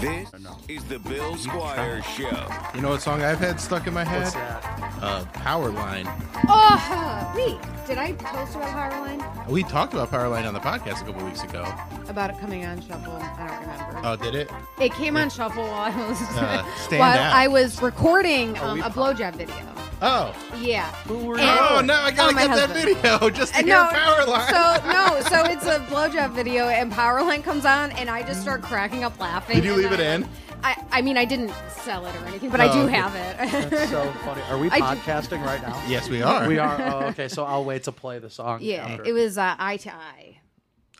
This is the Bill Squire Show. You know what song I've had stuck in my head? What's Uh, Powerline. Oh, wait. Did I post about Powerline? We talked about Powerline on the podcast a couple weeks ago. About it coming on shuffle? I don't remember. Oh, did it? it came on shuffle while I was Uh, stand while out. I was recording um, we- a blowjob video. Oh. Yeah. Oh, now I gotta Oh, my get that husband. video just to And hear no, Powerline. so no, so it's a blowjob video, and Powerline comes on, and I just start cracking up laughing. Did you and leave it in? I'm like- I, I mean, I didn't sell it or anything, but Oh, I do okay. have it. That's so funny. Are we I do- podcasting right now? yes, we are. We are. Oh, okay. So I'll wait to play the song. yeah, after. it was uh, eye to eye.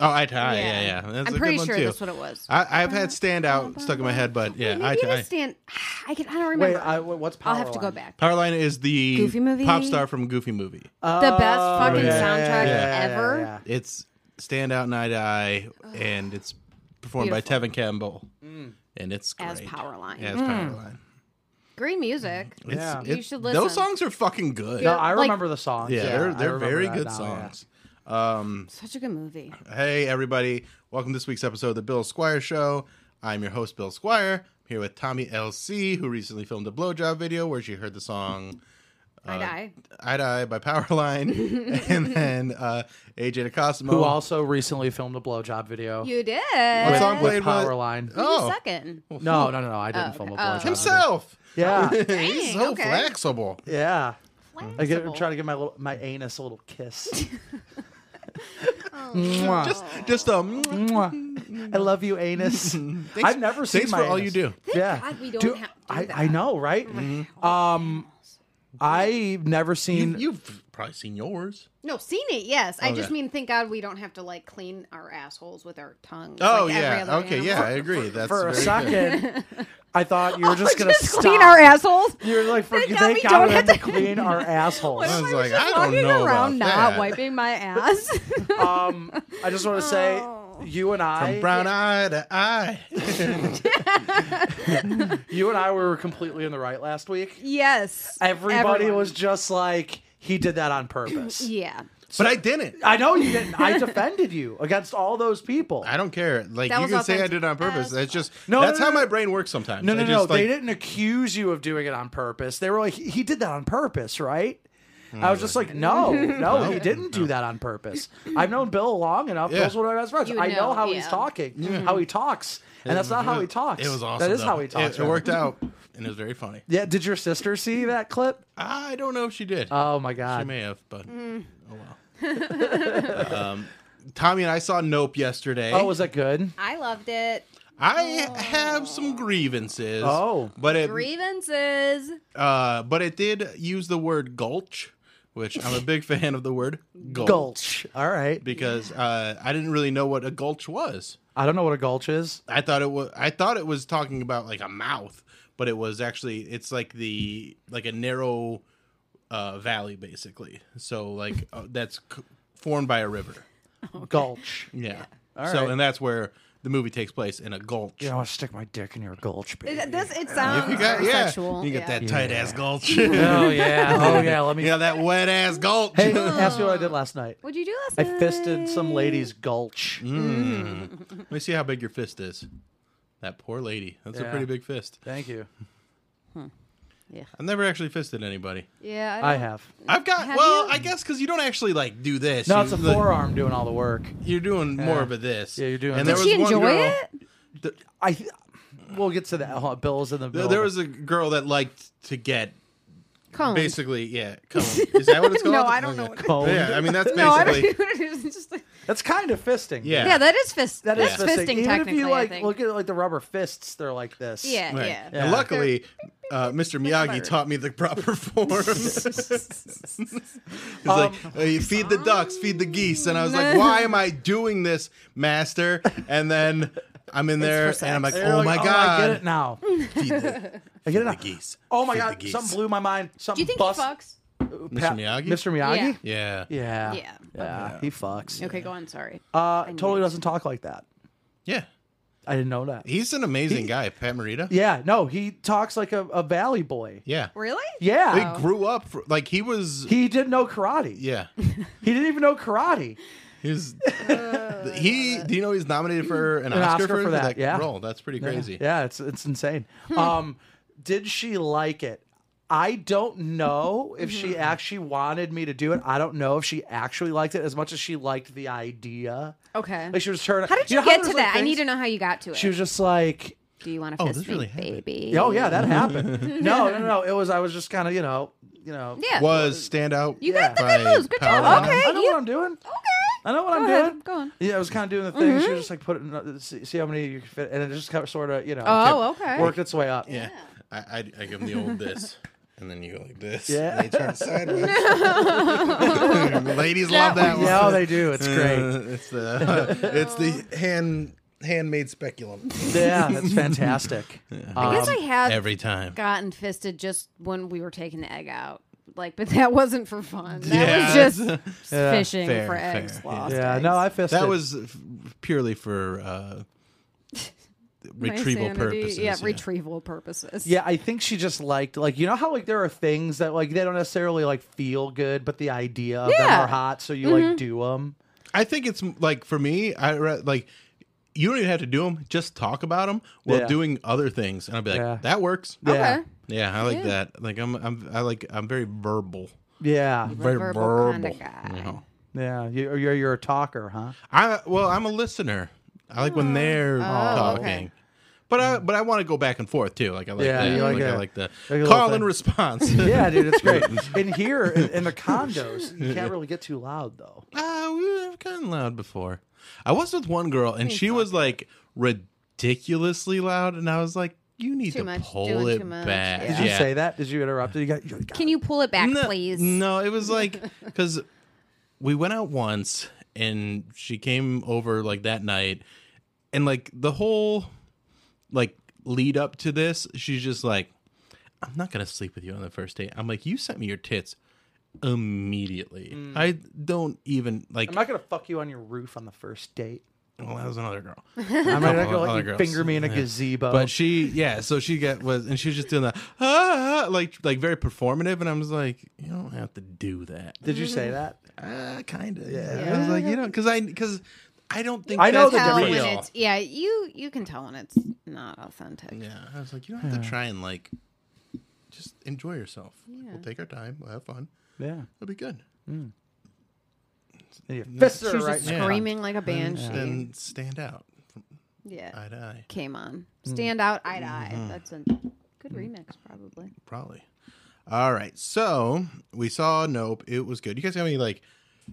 Oh, I tie. Yeah, yeah. Yeah. That's a I'm good pretty one, sure too. that's what it was. I, I've had standout stuck in my head, but yeah, Maybe I it tie. is Stan. I can. I don't Wait, remember. I, wh- what's Powerline? I'll have to go back. Powerline is the Goofy movie? pop star from Goofy Movie. The best Oh, fucking yeah, soundtrack yeah, ever. It's standout night eye, and it's performed by Tevin Campbell, and it's great. As Powerline. Mm. Yeah, Mm-hmm. it's Powerline. Great music. It's, Yeah. it- You should Those listen. songs are fucking good. No, I Like- remember the song. yeah, they're I they're remember very that good now, yeah. songs. Such a good movie. Hey everybody, welcome to this week's episode of the Bill Squire Show. I'm your host Bill Squire. I'm here with Tommy LC, who recently filmed a blowjob video where she heard the song I die. "I Die" by Powerline, and then uh, AJ DeCosimo. Who also recently filmed a blowjob video. You did. oh. What What song with played was- Powerline. Who Oh. you Oh, second? No, no, no, no. I didn't film a blowjob. video. himself. Yeah. He's so okay. flexible. Yeah. I get, I'm Flexible. trying to give my little, my anus a little kiss. Just, just um. Mwah. I love you, anus. I've never seen Thanks my for all you anus. do. Mm-hmm. yeah. God we don't Dude, have to do I, that. I know, right? Um, I've never seen. You've, you've probably seen yours. No, seen it. Yes. I just Okay. mean, thank God we don't have to like clean our assholes with our tongues. Oh like every yeah. other Okay. animal. Yeah, I agree. That's for very a good. second, I thought you were just gonna Oh, just stop. clean our assholes. You're like, for, Thank thank God we God, don't we have have to- to clean our assholes. I was I was like, just I don't walking know around about not that. wiping my ass. um, I just want to say, Oh. you and I, From brown eye to eye. you and I were completely in the right last week. yes. Everybody Everyone. was just like, he did that on purpose. Yeah. but I didn't. I know you didn't. I defended you against all those people. I don't care. Like That you was can say I authentic. did it on purpose. As That's just No, that's no, how no, my no. brain works sometimes. No, no, I no. just, they like, didn't accuse you of doing it on purpose. They were like, he he did that on purpose, right? I was just like, no, Mm. no, he didn't do that on purpose. I've known Bill long enough. Yeah. Bill's one of my best friends. You I know know, how yeah. he's talking, how he talks, and that's not how he talks. It was awesome. That is though. how he It- talks. It, man. worked out, and it was very funny. Yeah. Did your sister see that clip? I don't know if she did. Oh my she god. may have, but Mm. oh well. um, Tommy and I saw Nope yesterday. oh, was that good? I loved it. I have some grievances. Oh. but it Grievances. uh, but it did use the word gulch, which I'm a big fan of the word gulch, Gulch. All right. because uh, I didn't really know what a gulch was. I don't know what a gulch is. I thought it was I thought it was talking about like a mouth, but it was actually it's like the like a narrow uh, valley basically. So like uh, that's c- formed by a river. Gulch. Yeah. All so right. and that's where the movie takes place in a gulch. You know, I want to stick my dick in your gulch, baby. It, this, it sounds You got yeah. sexual. You get Yeah. that tight ass gulch. oh yeah. Oh yeah. Let me. You know that wet ass gulch. Hey, ask me what I did last night. What'd you do last I night? fisted some lady's gulch. Mm. Let me see how big your fist is. That poor lady. That's a Yeah. pretty big fist. Thank you. I've never actually fisted anybody. Yeah, I have. I've got Have well, you? I guess because you don't actually like do this. No, You- it's a like, forearm doing all the work. You're doing more Yeah. of a this. Yeah, you're doing And that. there Did was she one enjoy girl- it? I. th- We'll get to that. Oh, Bill's in the. th- Middle There of was a girl that liked to get Cone. basically, yeah. Cone. Is that what it's called? Oh, No, I don't know what- Cone. Yeah, I mean that's Oh, No, I don't. basically. it's just like- it. That's kind of fisting. Yeah. yeah, that is fist. that is that's fisting. fisting Even technically. if you like I think. look at like the rubber fists, they're like this. yeah, Right. yeah. And luckily, uh, Mr. Miyagi taught me the proper forms. He's like, Um, uh, you feed the ducks, feed the geese, and I was like, why am I doing this, master? And then I'm in there, for and I'm like, sex. You're oh my like, I get god, it now. feed the, I get it now. the geese. Oh my feed god, the something geese. blew my mind. Something Do you think bust. he fucks? Mr. Miyagi? Mr. Miyagi? Yeah. Yeah. Yeah. Yeah, he fucks. Okay, go on. Sorry. Uh, totally doesn't talk like that. yeah, I didn't know that. He's an amazing guy, Pat Morita. Yeah, no, he talks like a, a valley boy. Yeah, Really? Yeah. Oh. he grew up fr- like he was. He didn't know karate. yeah, He didn't even know karate. he's Uh. he. Do you know he's nominated for an, Oscar, for, that, yeah. role? That's pretty crazy. Yeah, it's it's insane. Hmm. um, did she like it? I don't know if she Mm-hmm. actually wanted me to do it. I don't know if she actually liked it as much as she liked the idea. Okay. Like she was turning. How did you, know get there's, to like, that? I things- need to know how you got to it. She was just like, Do you want to Oh, fist this really me, happened. baby? oh yeah, that happened. no, no, no. It was I was just kind of you know you know. yeah. Was standout. you yeah. got the good by moves. Good Power job. Rangers. Okay. I know you- what I'm doing. okay. I know what Go I'm ahead. doing. Go on. Mm-hmm. Yeah, I was kind of doing the thing. She was just like putting uh, see, see how many you can fit, and it just kind of sort of you know Oh, kept- okay. worked its way up. Yeah, I, I I give him the old this, and then you go like this. Yeah. and they turn sideways. Ladies love that one. Yeah, oh, they do. It's great. Uh, it's the it's the hand handmade speculum Yeah, that's fantastic. I guess I have um, every time. gotten fisted just when we were taking the egg out. Like, but that wasn't for fun. That Yeah. was just Yeah. fishing Fair, for fair. eggs lost. Yeah, eggs. no, I fisted. That was f- purely for uh, My retrieval sanity- purposes. Yeah, retrieval purposes. Yeah, I think she just liked like you know how like there are things that like they don't necessarily like feel good, but the idea of them Yeah. Mm-hmm. are hot, so you like do them. I think it's like for me, I re- like you don't even have to do them; just talk about them while Yeah. doing other things, and I'll be like, Yeah. "That works." Yeah. Okay. Yeah, I like that. Like I'm, I'm, I like I'm very verbal, Yeah, very verbal verbal. kinda guy. you know. yeah. You, you're you're a talker, huh? I well, I'm a listener. I like Oh. when they're talking. okay. But I but I want to go back and forth too. Like I like Yeah, that. you like Like, I that. like the Like a little call thing. and response. Yeah, dude, it's great. in here, in, in the condos, you can't really get too loud though. Uh, we've gotten loud before. I was with one girl, and she was like ridiculously loud, and I was like, "You need Too to much, pull doing it too much, back." yeah. Did you say that? Did you interrupt? it? You got, you got Can you pull it back, no, please? No, it was like because we went out once, and she came over like that night, and like the whole like lead up to this, she's just like, "I'm not gonna sleep with you on the first date." I'm like, "You sent me your tits." Immediately, Mm. I don't even like. I'm not gonna fuck you on your roof on the first date. well, that was another girl. I'm not gonna Couple let other you girls. finger me in a Yeah. gazebo. But she, yeah, so she got was, and she was just doing that, ah, like, like very performative, and I was like, you don't have to do that. Did you Mm-hmm. say that? Uh, kind of, yeah. I was like, you know, because I, because I don't think I that's know the tell when difference. real. it's yeah. You you can tell when it's not authentic. Yeah, I was like, you don't have to try and like, just enjoy yourself. Like, We'll take our time. We'll have fun. Yeah. It'll be good. And you fist her She was right just now. Yeah. Mm-hmm. screaming like a banshee. Then stand out from Yeah, eye to eye, came on. Mm-hmm. Stand out eye to eye. That's a good remix, probably. probably. All right, so we saw Nope. It was good. You guys have any like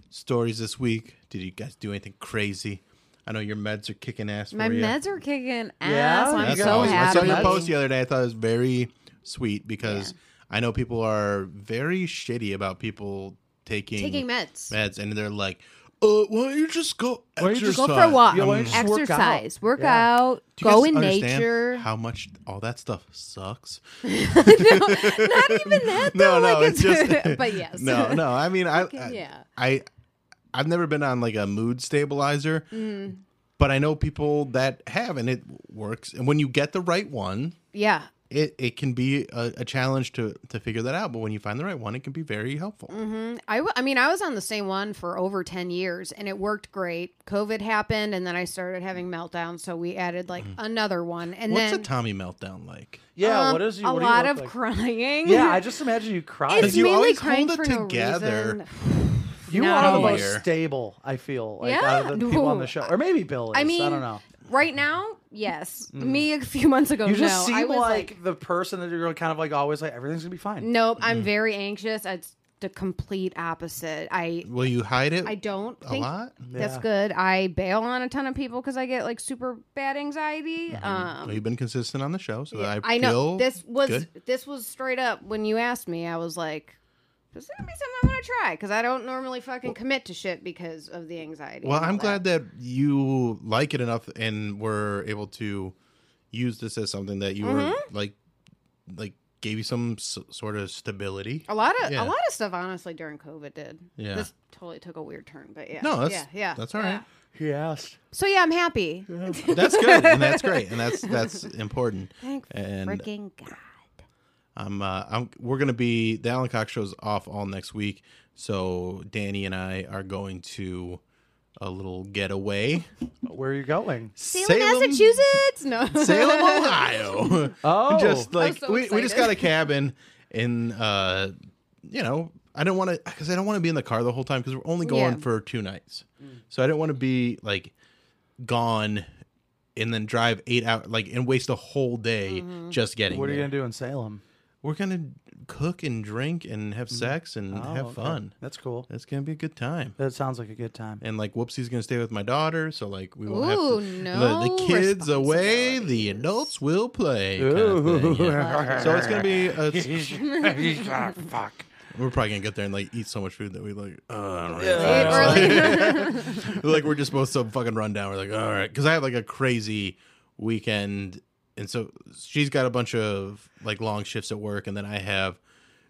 stories this week? Did you guys do anything crazy? I know your meds are kicking ass. My for you. meds are kicking ass. Yeah? I'm That's so awesome. I happy. saw your post the other day. I thought it was very sweet because I know people are very shitty about people taking Taking meds. meds, and they're like, "Uh, why don't you just go don't you exercise? just Go for a walk. Yeah, why don't you just work Exercise. out? Work Yeah. out. Do you Go guys in understand nature. How much all that stuff sucks. Not even that. No, though, no, like it's just. but yes. No, no. I mean, I, I, yeah. I, I've never been on like a mood stabilizer, Mm. but I know people that have, and it works. And when you get the right one, Yeah. it, it can be a, a challenge to to figure that out but when you find the right one it can be very helpful I, w- I mean, I was on the same one for over 10 years and it worked great. COVID happened and then I started having meltdowns. So we added like another one. And what's then a tommy meltdown like Yeah, um, what is you? a what do you lot look of like? crying. Yeah, I just imagine you crying. it's you mainly always crying hold it for no together. reason. You No. are the Here. most stable. I feel like out of the Yeah. people on No. the show, or maybe Bill. Is. I mean, I don't know. Mm-hmm. Right now, yes. Me a few months ago, You just oh, no. seem I was like, the person that you're kind of like always like everything's gonna be fine. nope. I'm very anxious. It's the complete opposite. I Will you hide it? I don't A think lot? that's Yeah. good. I bail on a ton of people because I get like super bad anxiety. Mm-hmm. Well, Um, you've been consistent on the show, so I, I know feel this was good. this was straight up when you asked me. I was like, "This is gonna be something I want to try?" Because I don't normally fucking commit to shit because of the anxiety. Well, and all I'm that. glad that you like it enough and were able to use this as something that you were Mm-hmm. like, like gave you some s- sort of stability. A lot of Yeah. a lot of stuff, honestly, during COVID did. Yeah. this totally took a weird turn, but yeah, No, that's yeah, yeah, that's all right. He asked. So yeah, I'm happy. That's good, and that's great, and that's that's important. Thank And freaking god. I'm, uh, I'm we're gonna be the Alan Cox show's off all next week, so Danny and I are going to a little getaway. Where are you going? Salem, Massachusetts. No, Salem, Ohio. Oh. just like so we, we just excited. got a cabin in uh you know i don't want to because i don't want to be in the car the whole time because we're only going Yeah. for two nights so i don't want to be like gone and then drive eight hours like and waste a whole day Mm-hmm. just getting What are you there. gonna do in Salem? we're gonna cook and drink and have Mm-hmm. sex and Oh, have okay. fun That's cool. it's gonna be a good time That sounds like a good time. and like whoopsie's gonna stay with my daughter so like we won't Ooh, have to, no the, the kids away the adults will play kind of thing, yeah. Ooh. So it's gonna be. A, Ah, fuck. we're probably gonna get there and like eat so much food that we like. Uh, I don't really Or, like, feel- like we're just both so fucking run down. We're like, all right, because I had like a crazy weekend, and so she's got a bunch of like long shifts at work, and then I have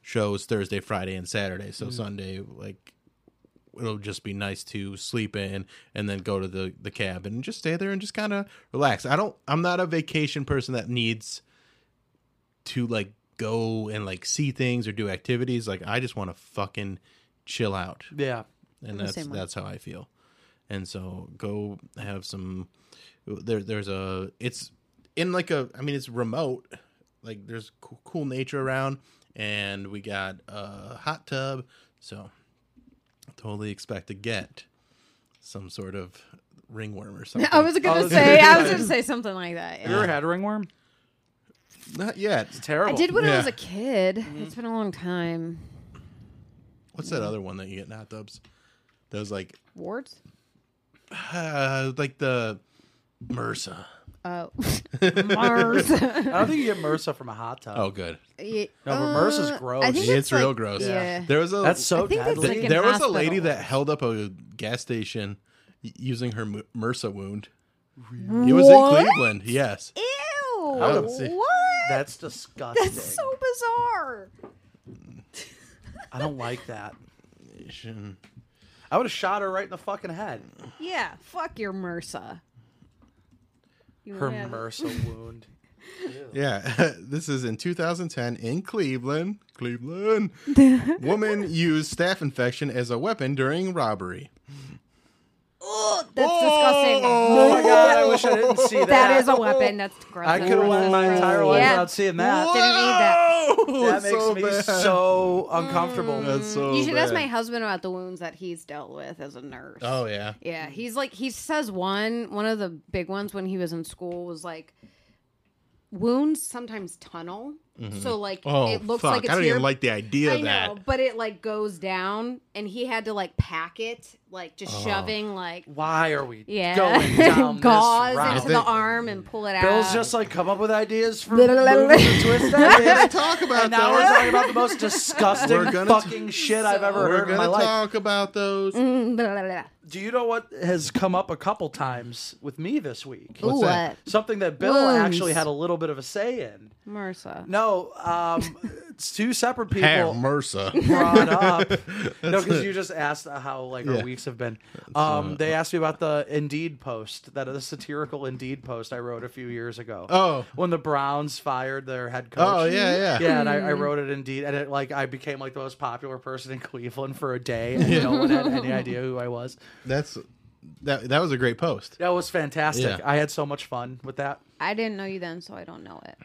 shows Thursday, Friday, and Saturday. So Sunday, like, it'll just be nice to sleep in and then go to the the cabin and just stay there and just kind of relax. I don't. I'm not a vacation person that needs to like go and like see things or do activities. Like I just want to fucking chill out, Yeah. and the that's same way. that's how I feel. And so go have some. There, there's a. It's in like a. I mean, it's remote. Like there's cool, cool nature around, and we got a hot tub. So totally expect to get some sort of ringworm or something. I was gonna Oh, say, I was sorry. gonna say something like that. You yeah. ever had ringworm? not yet. Terrible. I did when I was Yeah. a kid. It's been a long time. What's that other one that you get in hot tubs? Those like Wards. Uh, like the MRSA. Oh, Mars. I don't think you get MRSA from a hot tub. Oh, good. Yeah, No, but Mars is gross. uh, I think Yeah, It's that's, real like- gross. Yeah. There was a That's so I think that's deadly. like in there was a lady hospitals. that held up a gas station y- using her mu- MRSA wound. It was What? in Cleveland. Yes. Ew. don't see- What? That's disgusting. That's so bizarre. I don't like that. I would have shot her right in the fucking head. Yeah. Fuck your MRSA. You Her wanna- MRSA wound. Yeah. this is in 2010 in Cleveland. Cleveland. Woman used staph infection as a weapon during robbery. That's disgusting. Oh my god! I wish I didn't see that. That is a weapon. That's gross. I could have went my entire life Yeah. without seeing that. Didn't need that. Whoa, That makes Oh, so me bad. so uncomfortable. That's so you should Oh, ask my bad. husband about the wounds that he's dealt with as a nurse. Oh yeah. Yeah, he's like he says one one of the big ones when he was in school was like wounds sometimes tunnel. So like Oh it looks fuck! like it's I don't here. even like the idea I of that. know, but it like goes down and he had to like pack it, like just Oh. shoving like Why are we yeah, going down gauze this route? into the arm and pull it Bill's out. just like come up with ideas for Blah, blah, blah, movies and twist ideas. talk and about now we're those. talking about the most disgusting We're gonna- fucking shit I've ever We're heard in my gonna life. talk about those. Mm, blah, blah, blah. Do you know what has come up a couple times with me this week? What's Ooh, that? what? Something that Bill Wounds. actually had a little bit of a say in. MRSA. No, um, it's two separate people. Have MRSA. brought up. no, because you just asked uh, how like our Yeah. weeks have been. Um, they asked me about the Indeed post, that uh, the satirical Indeed post I wrote a few years ago. Oh. when the Browns fired their head coach. Oh, yeah, yeah. yeah. And I, I wrote it Indeed, and it like I became like the most popular person in Cleveland for a day, and no one had any idea who I was. That's that. That was a great post. That was fantastic. Yeah. I had so much fun with that. I didn't know you then, so I don't know it.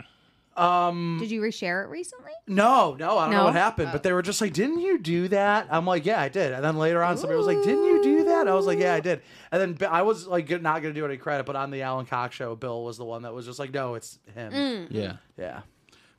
Um, did you reshare it recently? No, no, I don't know No? what happened, but they were just like, "Didn't you do that?" I'm like, "Yeah, I did." And then later on, somebody was like, "Didn't you do that?" I was like, "Yeah, I did." And then Bi- I was like, g- not going to do Mm. any credit, but on the Alan Cox show, Bill was the one that was just like, "No, it's him." Yeah. Yeah,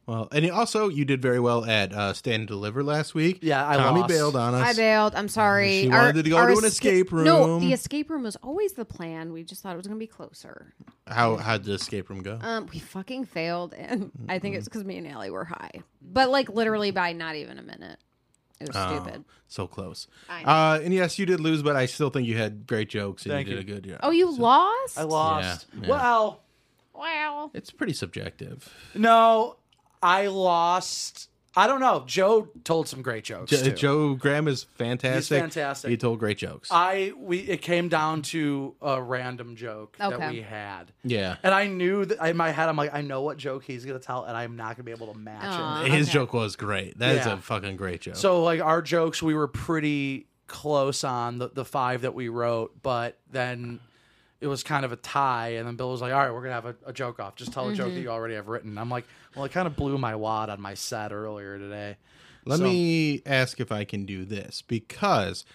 Well, and also you did very well at uh, stand and deliver last week. Yeah, I Tommy lost. bailed on us. I bailed. I'm sorry. She wanted to go to an escape No, room. the escape room was always the plan. We just thought it was going to be closer. How how did the escape room go? Um, we fucking failed, and I think it's because me and Allie were high, but like literally by not even a minute. It was Oh. stupid. so close. I know. Uh, and yes, you did lose, but I still think you had great jokes and Thank you did you. a good job. Oh, you lost? I lost. Yeah, yeah. Well, Wow. It's pretty subjective. no, I lost. I don't know. Joe told some great jokes. Jo- too. Joe Graham is fantastic. fantastic. He told great jokes. Uh, I we it came down to a random joke Okay. that we had. yeah. And I knew that in my head, I'm like, I know what joke he's gonna tell, and I'm not gonna be able to match Aw. it. His joke was great. That is Yeah. a fucking great joke. So like our jokes, we were pretty close on the, the five that we wrote, but then it was kind of a tie. And then Bill was like, "All right, we're gonna have a, a joke off. Just tell a joke that you already have written." I'm like, "Well, I kind of blew my wad on my set earlier today." Let So- me ask if I can do this because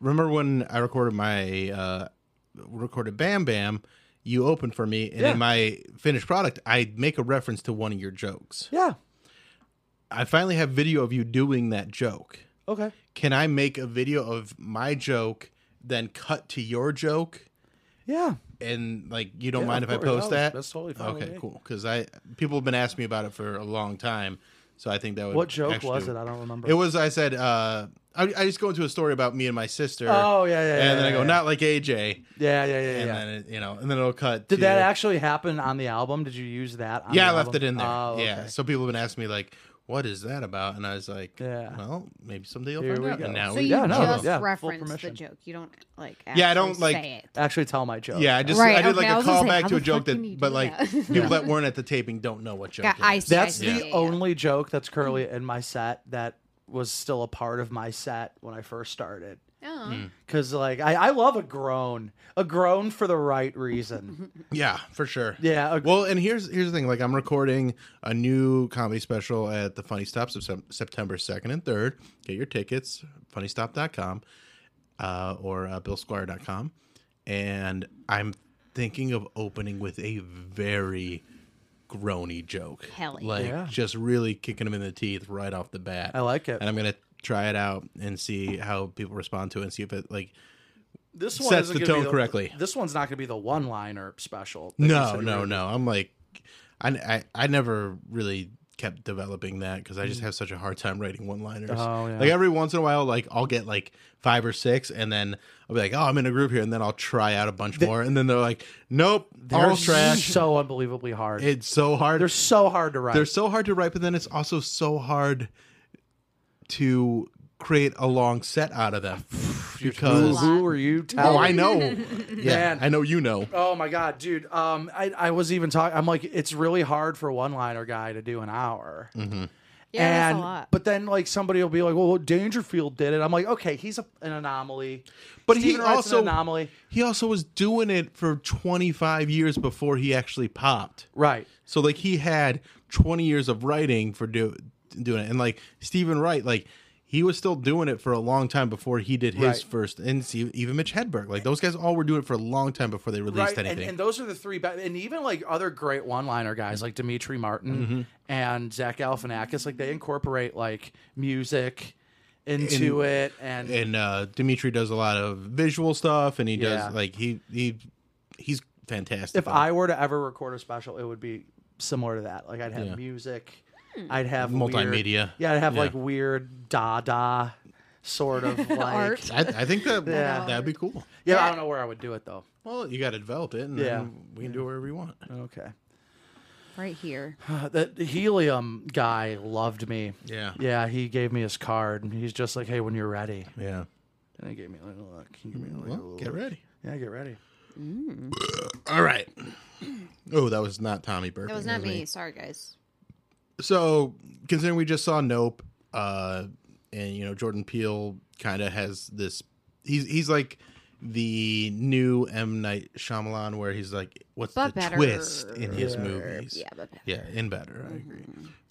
remember when I recorded my uh, recorded Bam Bam, you opened for me, and Yeah. in my finished product, I make a reference to one of your jokes. Yeah. I finally have video of you doing that joke. Okay. Can I make a video of my joke, then cut to your joke, Yeah. and like you don't Yeah, mind if of I course. post That was- that? that's totally fine with Okay, me. cool. Because I people have been asking me about it for a long time, so I think that would What joke actually was do it? I don't remember. It was I said uh I, I just go into a story about me and my sister. Oh, yeah, yeah, And yeah, then I yeah, go yeah. not like AJ, Yeah. Yeah. Yeah. and yeah. then it, you know, and then it'll cut. Did to- that actually happen on the album? Did you use that? On Yeah, the I left it album? in there. Oh, okay. Yeah. So people have been asking me like, what is that about? And I was like, Yeah. well, maybe someday you'll Here find we out. go. And now So we you Yeah, no, just yeah, full reference the permission. joke. You don't like. Yeah, I don't, actually like- say it. Actually, tell my joke. yeah, I just Right, I did okay, I like was a gonna say, callback how to a the joke fuck can you that, do but like that? people that weren't at the taping don't know what joke. Yeah, it I is. see. I That's see, the yeah, Mm-hmm. yeah. only joke that's currently in my set that was still a part of my set when I first started. Oh. Mm. Cause like I, I love a groan, a groan for the right reason. Yeah, for sure. Yeah, ag- Well, and here's here's the thing. Like, I'm recording a new comedy special at the Funny Stop Sep- September second and third. Get your tickets, funnystop.com, uh, or uh, billsquire.com. And I'm thinking of opening with a very groany joke. Hell yeah. Like, Yeah. just really kicking them in the teeth right off the bat. I like it. And I'm gonna try it out and see how people respond to it and see if it like This one Sets isn't the gonna be tone correctly. This one's not going to be the one-liner special. that you No, said you no, were- no. I'm like, I, I, I never really kept developing that because I just have such a hard time writing one liners. Mm. Oh, yeah. Like every once in a while, like I'll get like five or six, and then I'll be like, oh, I'm in a group here, and then I'll try out a bunch more, and then they're like, nope, They're all trash. So unbelievably hard. It's so hard. They're so hard to write. they're so hard to write, but then it's also so hard to create a long set out of them who, because who are you telling? oh, I know, yeah, Man. I know you know. Oh my god, dude. Um, I, I was even talking. I'm like, it's really hard for a one liner guy to do an hour. Yeah, and that's a lot. but then like somebody will be like, well, Dangerfield did it. I'm like, okay, he's a, an anomaly. But Stephen he Wright's also an anomaly, He also was doing it for 25 years before he actually popped. right? So like he had 20 years of writing for do, doing it, and like Stephen Wright, like he was still doing it for a long time before he did his Right. first. And see, even Mitch Hedberg, like those guys all were doing it for a long time before they released Right, and, anything. and those are the three, ba- and even like other great one-liner guys like Dimitri Martin Mm-hmm. and Zach Galifianakis, like they incorporate like music into it, and and, uh, Dimitri does a lot of visual stuff, and he does Yeah. like he he he's fantastic. if I were to ever record a special, it would be similar to that. Like I'd have Yeah. music, Hmm. I'd have Multimedia. weird- yeah, I'd have Yeah. like weird Dada sort of like. Art. I, I think that Yeah. that'd be cool. Yeah, I don't know where I would do it though. Well, you got to develop it, and Yeah. then we can do it wherever you want. Okay, Right here. that helium guy loved me. Yeah. Yeah, he gave me his card, and he's just like, "Hey, when you're ready," Yeah. and he gave me a little look. He gave me like, a Well, little get ready. Yeah, get ready. All right. Oh, that was not Tommy Burke. That was not me. Sorry, guys. So, considering we just saw Nope, uh, and you know Jordan Peele kind of has this. He's he's like the new M Night Shyamalan, where he's like, what's But the better. twist in his Yeah. movies? Yeah, but better. yeah, in better. I agree.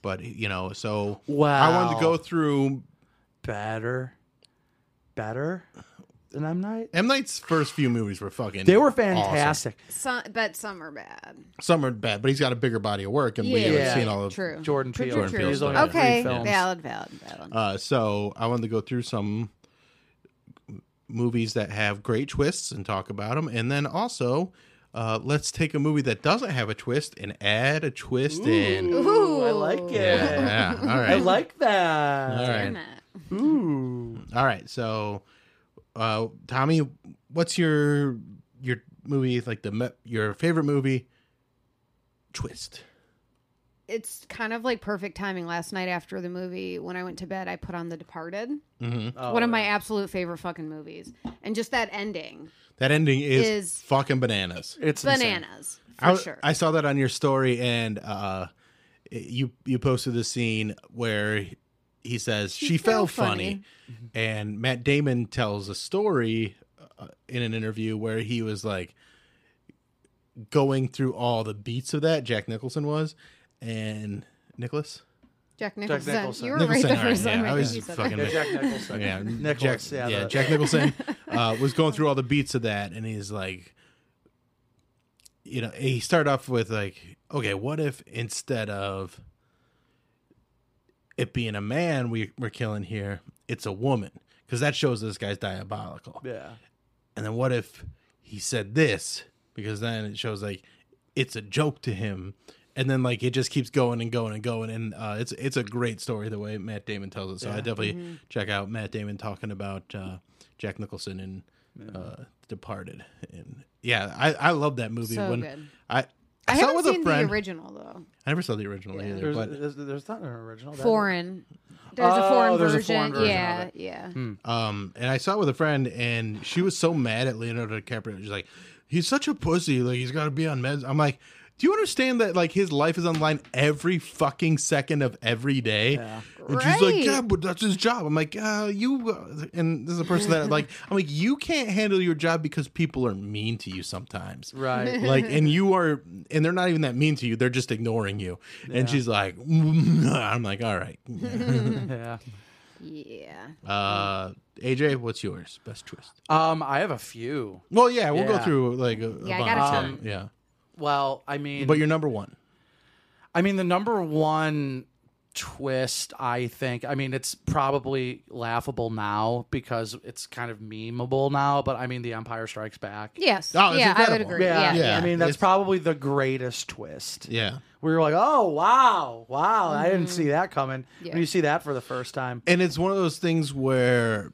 But you know, so I wanted Wow. to go through Better, better. an M Night. M Night's first few movies were fucking. They were awesome. fantastic. Some, but some are bad. Some are bad, but he's got a bigger body of work, and we haven't Yeah. seen all of. True. Jordan Peele. True, true, Jordan Peele's true. only had Okay, three films. valid, valid, valid. Uh, so I wanted to go through some m- movies that have great twists and talk about them, and then also. Uh, let's take a movie that doesn't have a twist and add a twist in. Ooh, I like it. Yeah, all I right. like that. All right. Damn it. Ooh. All right. So, uh, Tommy, what's your your movie like the me- your favorite movie? Twist. It's kind of like perfect timing. Last night after the movie, when I went to bed, I put on The Departed, Oh, Mm-hmm. one of my absolute favorite fucking movies, and just that ending, That ending is, Is- fucking bananas. It's insane. bananas for I, sure. I saw that on your story, and uh, you you posted the scene where he says she, fell, fell funny. funny." Mm-hmm. and Matt Damon tells a story uh, in an interview where he was like going through all the beats of that. Jack Nicholson was, and Nicholas. Jack Nicholson. Nicholson. You were right the Nicholson, all right, first time. yeah, I I was think you said fucking that. Yeah, Jack Nicholson. yeah, Nicholas, Jack, yeah, yeah, the- Jack Nicholson uh, was going through all the beats of that, and he's like, you know, he started off with like, okay, what if instead of it being a man we we're killing here, it's a woman because that shows this guy's diabolical. Yeah. And then what if he said this because then it shows like it's a joke to him. And then like it just keeps going and going and going, and uh, it's it's a great story the way Matt Damon tells it. So I definitely Mm-hmm. check out Matt Damon talking about uh, Jack Nicholson and uh, Departed, and yeah, I, I love that movie. So when good. I I, I saw it haven't with seen a the friend. original though. I never saw the original either, There's, but there's, there's not an original. that- Foreign. There's Oh, a foreign there's a version. foreign version of yeah, it. yeah. Um, and I saw it with a friend, and she was so mad at Leonardo DiCaprio. She's like, "He's such a pussy. Like he's got to be on meds." I'm like, "Do you understand that? Like his life is on the line every fucking second of every day." And she's like, Right. "Yeah, but that's his job." I'm like, uh, "You," uh," and this is a person that like, I'm like, "You can't handle your job because people are mean to you sometimes." Right. Like and you are, and they're not even that mean to you. They're just ignoring you. And she's like, "I'm like, all right." yeah. Yeah. Uh, AJ, what's yours? Best twist. Um, I have a few. Well, yeah, we'll go Yeah. through like a, a Yeah, I bunch. got a Um, ton. yeah, Well, I mean, but you're number one. I mean, the number one twist, I think, I mean, it's probably laughable now because it's kind of memeable now, but I mean, The Empire Strikes Back. Yes. Oh, it's yeah, I would incredible. agree. Yeah. Yeah. I mean, that's It's- probably the greatest twist. Yeah, We were like, oh, wow, wow. I didn't see that coming. Mm-hmm. Yeah. When you see that for the first time. and it's one of those things where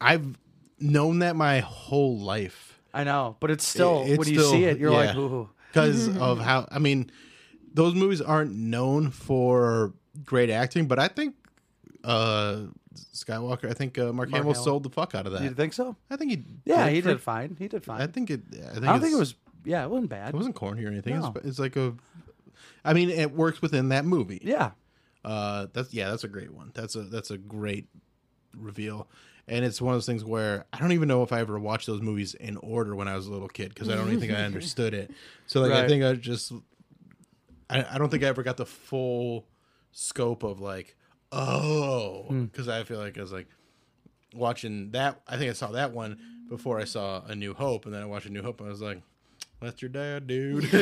I've known that my whole life I know, but it's still, it's when you still- see it, you're like, yeah. ooh. because of how. I mean, those movies aren't known for great acting, but I think uh Skywalker. I think uh, Mark, Hamill Hamill. sold the fuck out of You that. think so? I think he. Yeah, he for- did fine. He did fine. I think it. I, think I don't think it it's- was, yeah, it wasn't bad. It wasn't corny or anything. It's- No. It's, like a. I mean, it works within that movie. yeah. Uh, that's yeah, that's a great one. That's a that's a great reveal, and it's one of those things where I don't even know if I ever watched those movies in order when I was a little kid because I don't even think I understood it. So like I Right. think I just, I, I don't think I ever got the full scope of like oh because I feel like I was like watching that. I think I saw that one before I saw A New Hope, and then I watched A New Hope and I was like. That's your dad, dude.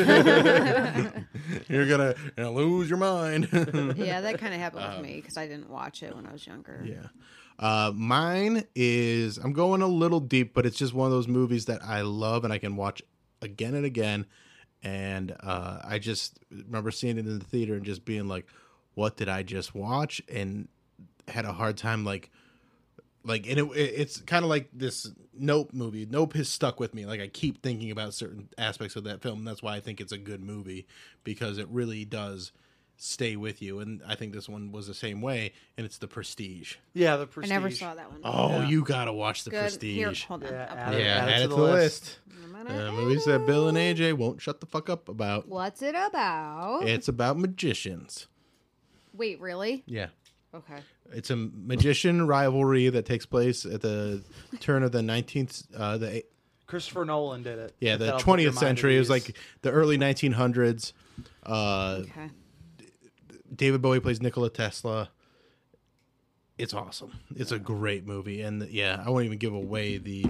You're gonna, you're gonna lose your mind. Yeah, that kind of happened with me because I didn't watch it when I was younger. Um, Yeah. Uh, mine is I'm going a little deep, but it's just one of those movies that I love and I can watch again and again. And uh, I just remember seeing it in the theater and just being like, "What did I just watch?" And had a hard time like, like, and it, it- it's kind of like this Nope movie. Nope has stuck with me. Like I keep thinking about certain aspects of that film. And that's why I think it's a good movie because it really does stay with you. And I think this one was the same way. And it's The Prestige. Yeah, the I prestige. never saw that one. Oh, you gotta watch the Good. Here, Prestige. hold on. Yeah, I'll add put it. it. add yeah, add it to the list. Uh, movies that Bill and AJ won't shut the fuck up about. What's it about? It's about magicians. Wait, really? Yeah. Okay. It's a magician rivalry that takes place at the turn of the 19th, uh, the eight- Christopher Nolan did it. yeah, If the that'll put your 20th mind century. It was at ease. like the early 1900s. Uh, Okay. David Bowie plays Nikola Tesla. it's awesome. It's a great movie, and yeah, I won't even give away the.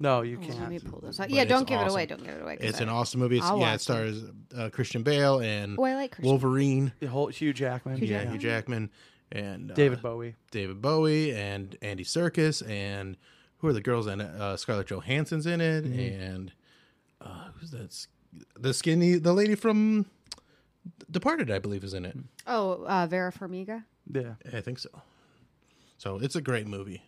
No, you Let me can't. pull this. Out. Yeah, it's don't give it away. awesome. Don't give it away. 'cause It's I- an awesome movie. It's, I'll yeah, watch it it. stars uh, Christian Bale and Oh, I like Christian. Wolverine. The whole Hugh Jackman, yeah, Hugh Jackman and uh, David Bowie. David Bowie and Andy Serkis and who are the girls in it? Uh, Scarlett Johansson's in it Mm-hmm. and uh, who's that? s- The skinny, the lady from Departed, I believe, is in Mm. it. Oh, uh, Vera Farmiga. Yeah, I think so. So it's a great movie,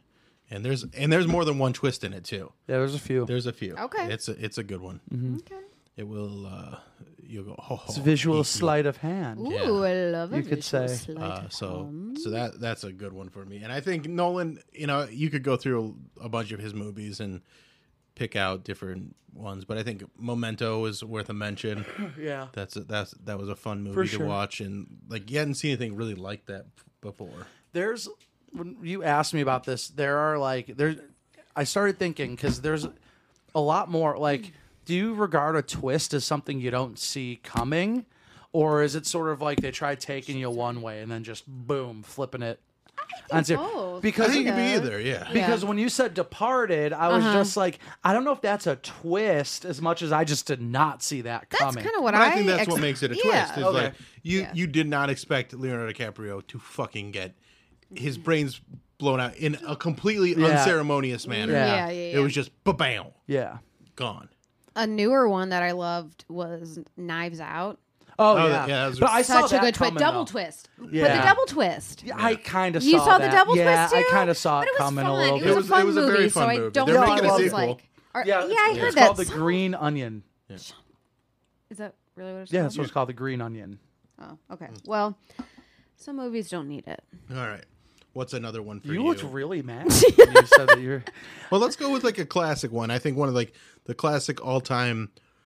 and there's and there's more than one twist in it too. yeah. There's a few. There's a few. Okay. it's a it's a good one. Okay. It will uh, you'll go. Oh, Mm-hmm. It's visual sleight of hand. Ooh, Yeah. I love it. You could say, Uh, so so that that's a good one for me. And I think Nolan, you know, you could go through a, a bunch of his movies and pick out different ones, but I think Memento is worth a mention. Yeah. That's a, that's that was a fun movie to sure. watch, and like you hadn't seen anything really like that before. there's when you asked me about this there are like there's i started thinking because there's a lot more like do you regard a twist as something you don't see coming or is it sort of like they try taking you one way and then just boom flipping it on its- both. I because think it could be Yeah. Uh-huh. either, yeah. because when you said departed i was just like i don't know if that's a twist as much as i just did not see that That's coming kind of what But I. I think that's ex- what makes it a twist. Yeah. Oh, is Okay. like you you did not expect Leonardo DiCaprio to fucking get his brains blown out in a completely Yeah. unceremonious manner. Yeah. Yeah, yeah, It yeah. was just ba bam yeah gone. a newer one that I loved was Knives Out. oh, Oh, yeah, yeah, that was- but i saw Such a that good twist. coming, Double though. twist. But Yeah. the double twist. Yeah, I kind of You saw, saw the that. double yeah, twist too. I kind of saw but it, it was coming fun. a little bit. It It was, was- a it fun was a movie, very so fun I movie. don't They're know making what a it was sequel. like. Or- Yeah, yeah, it's, I it's heard called that. the Some- green onion. Sh- Is that really what it's Yeah, called? that's what it's called, the green onion. Oh, okay. Well, some movies don't need it. All right. What's another one for You, you? looked really mad. when you said that you're. well, let's go with like a classic one. I think one of like the classic all time.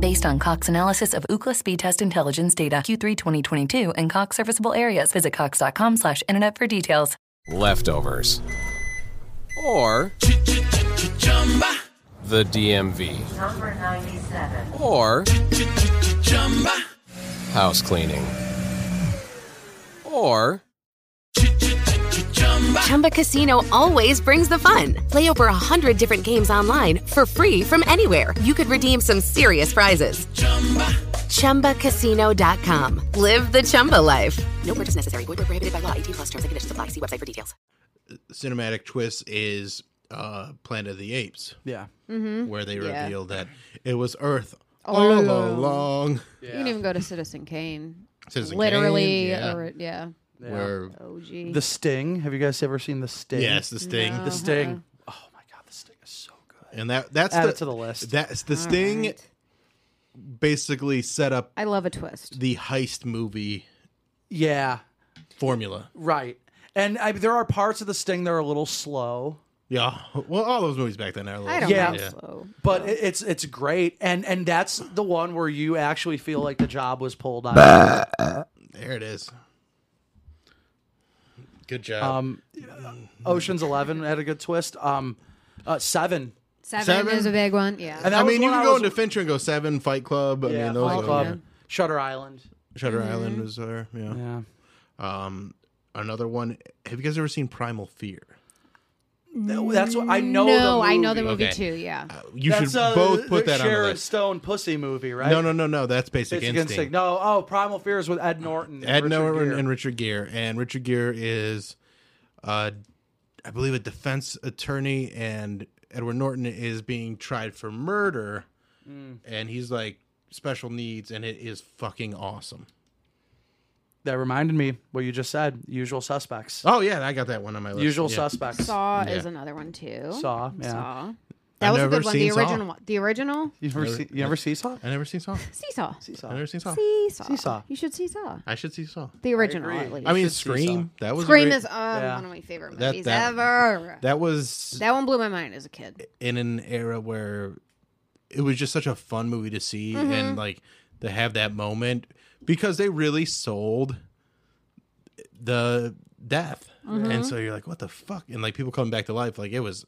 Based on Cox analysis of Ookla speed test intelligence data Q3 2022 and Cox serviceable areas, visit cox.com/internet slash internet for details. leftovers, or the DMV, Number 97. or house cleaning, or Chumba Casino always brings the fun. Play over 100 different games online for free from anywhere. You could redeem some serious prizes. ChumbaCasino.com. Live the Chumba life. No purchase necessary. Void where prohibited by law. 18 plus terms and conditions apply. See website for details. Cinematic twist is uh Planet of the Apes, Yeah. where they Mm-hmm. Yeah. reveal that it was Earth all, along. along. You can even go to Citizen Kane. Citizen Literally, Kane, yeah. or yeah. Where Oh gee. The Sting. Have you guys ever seen The Sting? yes, the sting. The Uh-huh. Sting. Oh my God, The Sting is so good. And that that's Add the, it to the list. That's the sting right. basically set up I love a twist. the heist movie Yeah, formula. right. And I, there are parts of The Sting that are a little slow. Yeah. Well, all those movies back then are a little I don't Yeah. know. Yeah. Slow. But it, it's it's great, and and that's the one where you actually feel like the job was pulled out. of you. There it is. Good job. Um, Ocean's Eleven had a good twist. Um, uh, Seven. Seven, Seven? is a big one. Yeah. And that I was mean, you one can I go was- into Fincher and go Seven, Fight Club. I Yeah, mean, those Fight go- Club, Shutter Island. Shutter Island was there. Yeah. Yeah. Um, another one. Have you guys ever seen Primal Fear? No, That's what I know. no, the I know the movie movie. Okay. too. Yeah. You That's, should uh, both put the that on the Sharon list. Stone pussy movie, right? No, no, no, no. That's Basic Basic Instinct. Instinct. No, oh, Primal Fear is with Ed Norton. and Ed Richard Norton Gere. and Richard Gere, and Richard Gere is, uh, I believe, a defense attorney, and Edward Norton is being tried for murder, Mm. and he's like special needs, and it is fucking awesome. that reminded me what you just said. Usual Suspects. Oh yeah, I got that one on my list. Usual yeah. Suspects. Saw is Yeah. another one too. Saw, yeah. Saw. That I've was a never good one. seen The Saw. original. one. The original. You ever see? You ever see Saw? I never seen Saw. Seesaw. I never seen Saw. Seesaw. Seesaw. You should see Saw. I should see Saw. The original, agree. at least. I mean, should see Scream. That was a Scream great- is um, Yeah. one of my favorite That- movies that- ever. That, that was one blew my mind as a kid. in an era where it was just such a fun movie to see Mm-hmm. and like to have that moment because they really sold the death. Mm-hmm. And so you're like, what the fuck? And like people coming back to life, like it was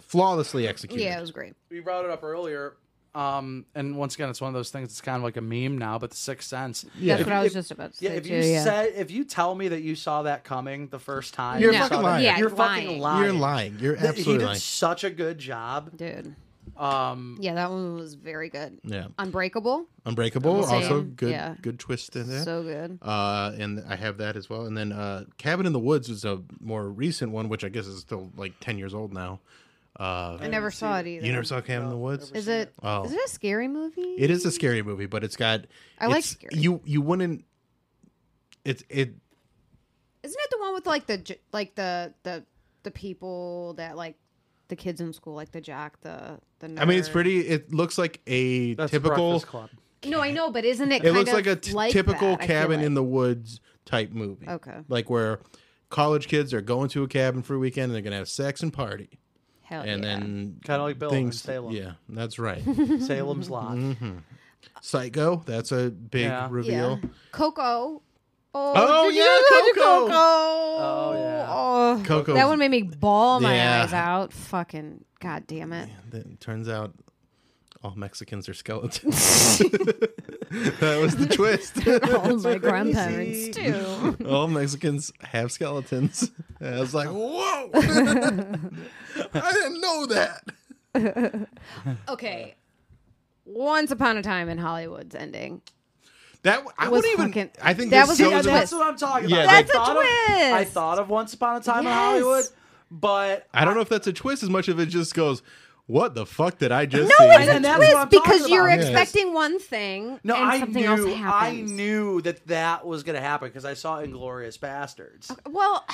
flawlessly executed. Yeah, it was great. we brought it up earlier. Um, and once again, it's one of those things. It's kind of like a meme now, but the sixth sense. Yeah. That's what I was just about to say. Yeah, if too, you yeah. said if you tell me that you saw that coming the first time, You're you fucking saw that- lying. Yeah, you're lying. fucking lying. You're lying. You're Th- He absolutely did lying. such a good job. dude. Um, Yeah, that one was very good. Yeah. Unbreakable, Unbreakable, Same. also good Yeah. good twist in there. so good. uh, and I have that as well. And then uh, Cabin in the Woods was a more recent one, which I guess is still like ten years old now. Uh, I never saw it either. you never saw Cabin in the Woods? Is it? Is Oh. it a scary movie? It is a scary movie, but it's got. I like it's- scary. You you wouldn't. It's it. Isn't it the one with like the j- like the the the people that like the kids in school, like the jock, the the. Nerd. I mean, it's pretty. It looks like a that's typical. Breakfast Club. No, I know, but isn't It it? kind looks of like a t- typical cabin in the woods type movie. Okay. Like where college kids are going to a cabin for a weekend and they're gonna have sex and party, Hell and Oh, yeah. then Kinda like Bill in things. Salem. Yeah, that's right. Salem's Lot. Mm-hmm. Psycho. That's a big Yeah. reveal. Yeah. Coco. Oh, Oh, did you yeah, look at Coco. Coco. Oh yeah. Coco. That one made me bawl my Yeah. eyes out. Fucking god damn it. It turns out all Mexicans are skeletons. that was the twist. All my grandparents too. all Mexicans have skeletons. And I was like, whoa! I didn't know that. Okay. Once upon a time in Hollywood's ending. That I was wouldn't even. fucking- I think that this was the shows other- about- That's what I'm talking Yeah, about. That's I a thought of- I twist. thought of Once Upon a Time in Yes. Hollywood, but I don't know if that's a twist as much of it just goes, what the fuck did I just see? No, it's And a that's what I'm twist talking because you're about. Yes. expecting one thing no, and I something knew else happens. I knew that that was going to happen because I saw Inglorious Bastards, Well,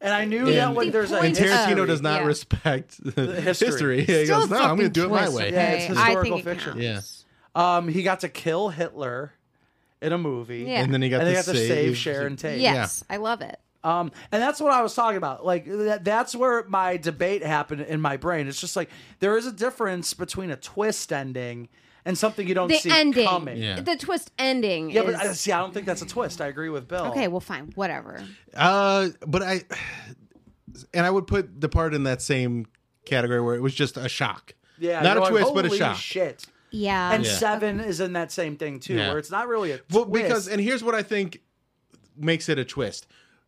and I knew that And- when there's a and Point history- Tarantino of- does not yeah. respect history. history. He still goes, a no, I'm going to fucking do it my twist, way. Yeah, it's okay? I historical think it fiction. counts. Yeah. Um, he got to kill Hitler in a movie. Yeah. And then he got, and to, they got to save, save Sharon Tate. Yes, I love it. Um, and that's what I was talking about. Like that, that's where my debate happened in my brain. It's just like there is a difference between a twist ending and something you don't The see ending, coming. Yeah. the twist ending. Yeah, is... but I, see, I don't think that's a twist. I agree with Bill. Okay, well, fine, whatever. Uh, but I, and I would put the part in that same category where it was just a shock. yeah, not you're a like, twist, but a "Holy shock. Shit. Yeah, And seven is in that same thing too, Yeah. where it's not really a twist. Well, because and here's what I think makes it a twist.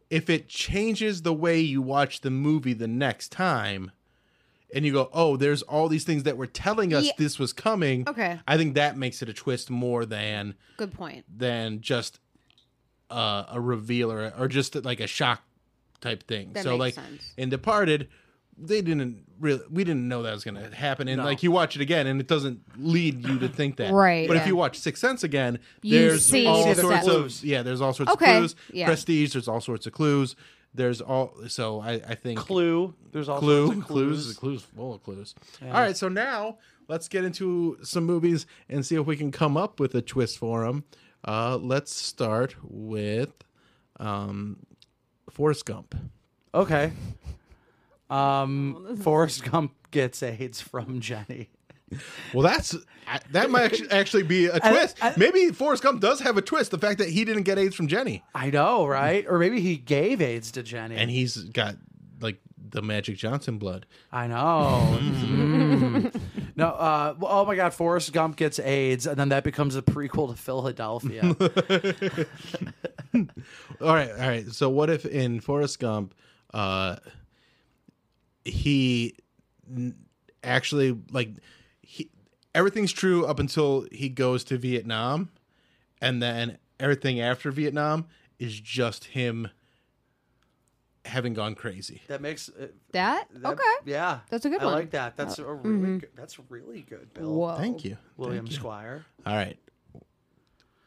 If it changes the way you watch the movie the next time, and you go, "Oh, there's all these things that were telling us Ye- this was coming." Okay. I think that makes it a twist more than good point. than just uh, a reveal or, or just like a shock type thing. That so makes like sense. in Departed, they didn't really we didn't know that was going to happen, and like you watch it again, and it doesn't lead you to think that. Right, But if yeah. you watch Sixth Sense again, You there's see all the sorts set. of yeah, there's all sorts Okay, of clues. yeah. Prestige, there's all sorts of clues. There's all so I I think clue. There's all clue, sorts of clues. clues, clues, full of clues. All right, so now let's get into some movies and see if we can come up with a twist for them. Uh, let's start with um, Forrest Gump. Okay. Um, Forrest Gump gets AIDS from Jenny. Well, that's I- that might actu- actually be a twist. Maybe Forrest Gump does have a twist. The fact that he didn't get AIDS from Jenny, I know, right? Or maybe he gave AIDS to Jenny. and he's got like the Magic Johnson blood. I know. Mm. No, uh, well, oh my God, Forrest Gump gets AIDS, and then that becomes a prequel to Philadelphia. All right, all right. So what if in Forrest Gump, uh, he n- actually like he everything's true up until he goes to Vietnam, and then everything after Vietnam is just him having gone crazy. that makes uh, That, that- okay. Yeah, That's a good I one. Uh, mm-hmm. like that. That's a really good, that's really good, Bill. Whoa. Thank you, Oh, William Thank you. Squire. All right,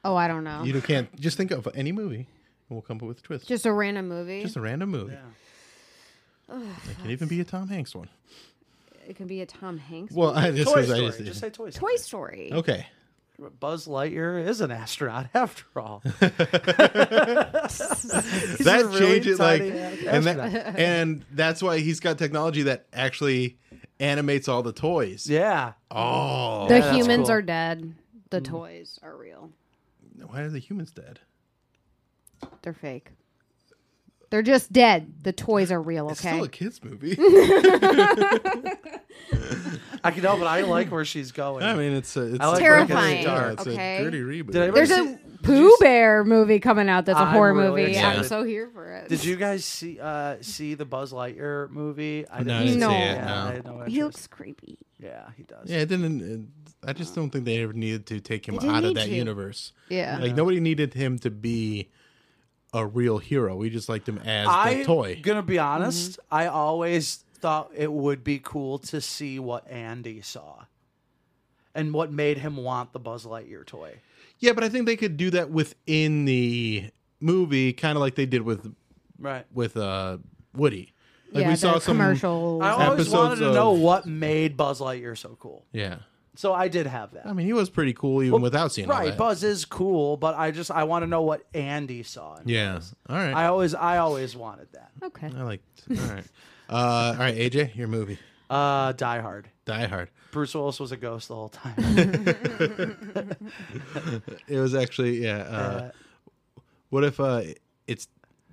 Oh, I don't know. you can't just think of any movie, and we'll come up with a twist. Just a random movie. Just a random movie. it can even be a Tom Hanks one. It can be a Tom Hanks. Well, I, this Toy is I Story. just- Just say Toy Story. Toy Story. okay. Buzz Lightyear is an astronaut after all. that are really changed it like tiny and that, and that's why he's got technology that actually animates all the toys. Yeah. Oh, the that's humans cool. are dead. The toys are real. why are the humans dead? They're fake. They're just dead. The toys are real. It's Okay. still a kids movie. I can know, but I like where she's going. I mean, it's a, it's I like Terrifying, A, yeah, it's okay? a dirty reboot. Did I ever There's see- a Pooh Bear movie coming out. That's a I'm horror really movie. I'm excited. so here for it. Did you guys see uh, see the Buzz Lightyear movie? I No, I didn't see No. it, Yeah, no. I had no He interest. looks creepy. yeah, he does. yeah, it didn't. It, I just don't think they ever needed to take him They didn't out of need that to. universe. Yeah. Like nobody needed him to be a real hero. We just liked him as I'm the toy. gonna be Mm-hmm. honest. I always thought it would be cool to see what Andy saw, and what made him want the Buzz Lightyear toy. Yeah, but I think they could do that within the movie, kind of like they did with Right. with uh Woody. Like yeah, we saw the some commercial. I always Episodes wanted to of- know what made Buzz Lightyear so cool. Yeah, So I did have that. I mean he was pretty cool even without seeing all right, that. Buzz is cool, but I just I want to know what Andy saw. in it. yeah, all right. I always I always wanted that. Okay. I liked. All right, uh, all right, AJ, your movie, Uh, Die Hard. Die Hard. Bruce Willis was a ghost the whole time. It was actually yeah. Uh, what if uh, it's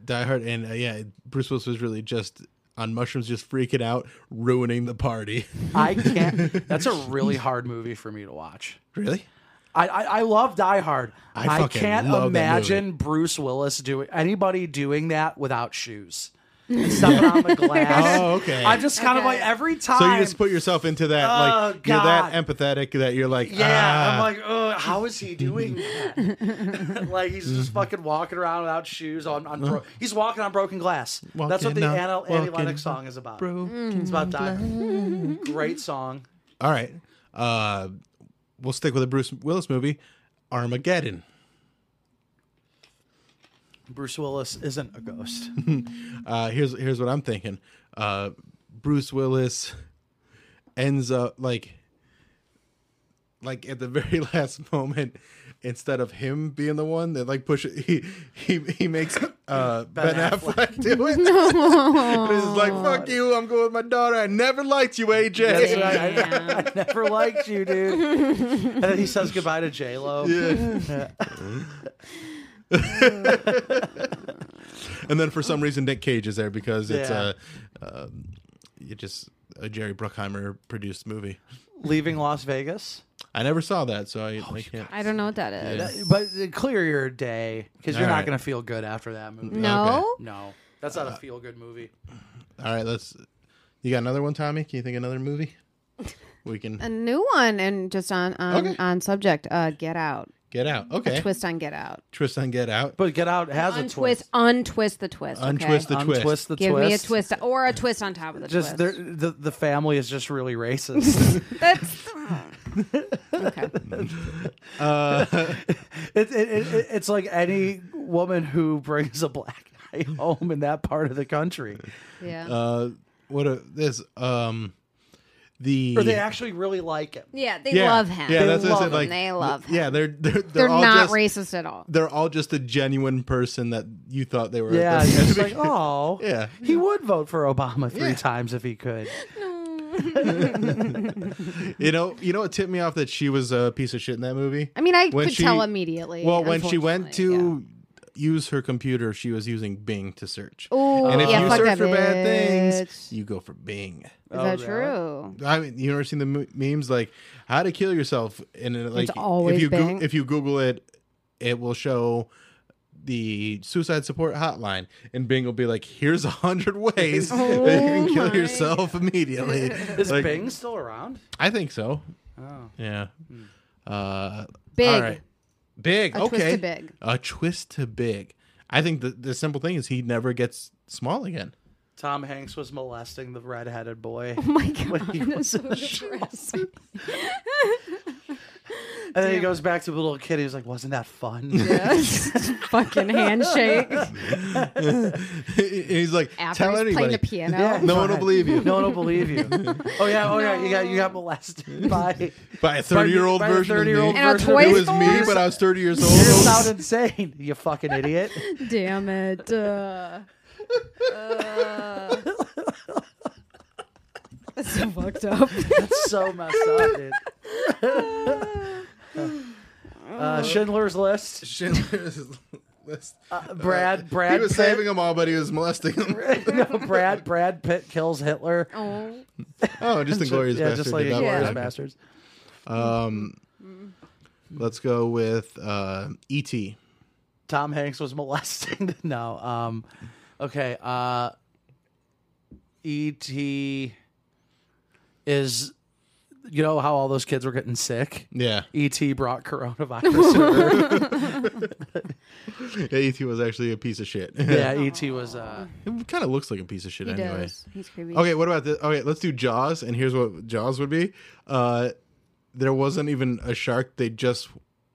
Die Hard and uh, yeah, Bruce Willis was really just on mushrooms, just freaking out, ruining the party. I can't. That's a really hard movie for me to watch. really? I, I, I love Die Hard. I I, fucking can't love that imagine Bruce Willis doing anybody doing that without shoes. And Stepping on the glass. Oh, okay. I'm just kind of like every time. So you just put yourself into that, like Oh, you're that God. empathetic that you're like, Yeah, ah. I'm like, oh, how is he doing that? like he's just fucking walking around without shoes on. on bro- he's walking on broken glass. That's what Walking the on- Anna, Annie walking Lennox on song is about. broken it's about dying. Great song. All right. Uh, we'll stick with a Bruce Willis movie, Armageddon. Bruce Willis isn't a ghost. Uh, here's here's what I'm thinking. Uh, Bruce Willis ends up like like at the very last moment. Instead of him being the one that like push he he he makes uh, Ben, Ben Affleck. Affleck. do it. and he's just like, "Fuck you! I'm going with my daughter. I never liked you, AJ." That's right. I, I never liked you, dude. And then he says goodbye to J Lo. And then for some reason, Nick Cage is there because it's Yeah. a, um, it just a Jerry Bruckheimer produced movie. Leaving Las Vegas. I never saw that, so I, Oh, I can't. I don't know what that is. That- but clear your day because you're All not right. gonna feel good after that movie. No. No, that's Uh, not a feel good movie. All right, let's. You got another one, Tommy? Can you think of another movie? We can A new one, and just on on, Okay. Eh. on subject. Uh, Get Out. get out. Okay, twist. Twist on Get Out. on Get Out. But Get Out has a Untwist, untwist the twist. okay? Untwist the twist. Untwist the Give twist. me a twist or a twist on top of the Just they're- twist. the the family is just really racist. That's okay. Uh, it, it, it, it- it's like any woman who brings a black guy home in that part of the country, Yeah. Uh, what a this um, the or they actually really like him. yeah. They yeah, love him. Yeah, they that's what I love said, him. Like they love him. Yeah, they're they're they're, They're, all not just, racist at all. They're all just a genuine person that you thought they were. Yeah, That's- it's just like oh, Yeah. he would vote for Obama three Yeah. times if he could. You know, you know what tipped me off that she was a piece of shit in that movie. I mean, I When could she- tell immediately. Well, when she went unfortunately, to use her computer, she was using Bing to search. Ooh, and if yeah, you fuck search that for bad things, Oh, bitch. you go for Bing. yeah. is that true? I mean, you ever seen the m- memes like how to kill yourself? And it, like, always if you goo- Bing. if you Google it, it will show the suicide support hotline, and Bing will be like, "Here's a hundred ways that you can Oh kill yourself immediately." Is Like, Bing still around? I think so. Oh. Yeah. Uh, Big. All right. Big. A okay. twist to big. A twist to big. I think the, the simple thing is he never gets small again. Tom Hanks was molesting the redheaded boy. Oh my god, he that's was so in jail. depressing. and then he goes back to the little kid. He's like, "Wasn't that fun?" Fucking handshake. he's like, After tell he's anybody. playing the piano. Yeah. No one will believe you. No one will believe you. oh yeah, oh yeah, you got you got molested by By a 30 year old by the version. 30-year-old of me. And a version of toy It you. was me, but I was 30 years old. You sound insane, you fucking idiot. Damn it. Uh, uh. That's so fucked up. That's so messed up, dude. Uh, Schindler's List. Schindler's List. Brad. Brad. uh, he was Pitt. saving them all, but he was molesting them. no, Brad. Brad Pitt kills Hitler. oh, oh, just Inglorious yeah, Bastards. just like did that Glorious work. Um, Bastards. Mm-hmm. Let's go with uh, E.T. Tom Hanks was molested. no. Um, okay. Uh, E.T. is, you know how all those kids were getting sick. Yeah. E E.T. brought coronavirus. to Earth. Yeah, E.T. E was actually a piece of shit. yeah, E.T. was. Uh, It kind of looks like a piece of shit he anyway. does. He's creepy. Okay, what about this? Okay, let's do Jaws, and here's what Jaws would be. Uh, there wasn't even a shark. They just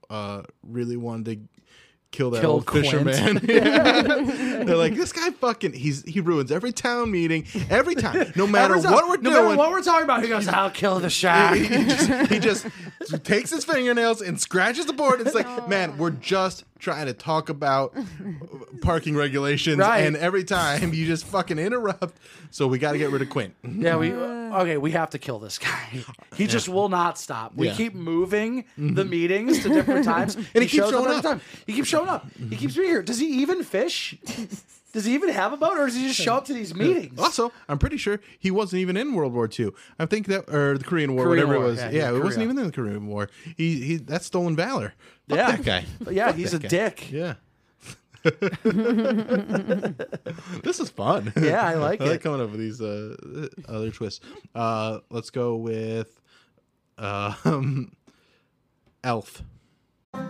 uh, really wanted to kill that Kill old Quint. fisherman. Yeah. They're like, this guy fucking he's he ruins every town meeting every time, no matter Every time- what we're no doing. matter what we're talking about, he goes, "I'll kill the shark." he just, he just takes his fingernails and scratches the board. It's like, man, we're just trying to talk about parking regulations, Right. and every time you just fucking interrupt. So we got to get rid of Quint. yeah, we okay. We have to kill this guy. He just will not stop. We Yeah. Mm-hmm. keep moving the meetings to different times, and he keeps showing every up. Time. He keeps showing up. He keeps being here. Does he even fish? Does he even have a boat, or does he just show up to these meetings? Also, I'm pretty sure he wasn't even in World War II. I think that or the Korean War, Korean whatever War, it was. yeah, Yeah, yeah, it wasn't Korea. even in the Korean War. He he that's stolen valor. Fuck Yeah. that guy. Yeah, he's a that guy. dick. Yeah. this is fun. Yeah, I like I like it. coming up with these uh, other twists. Uh, let's go with um, Elf.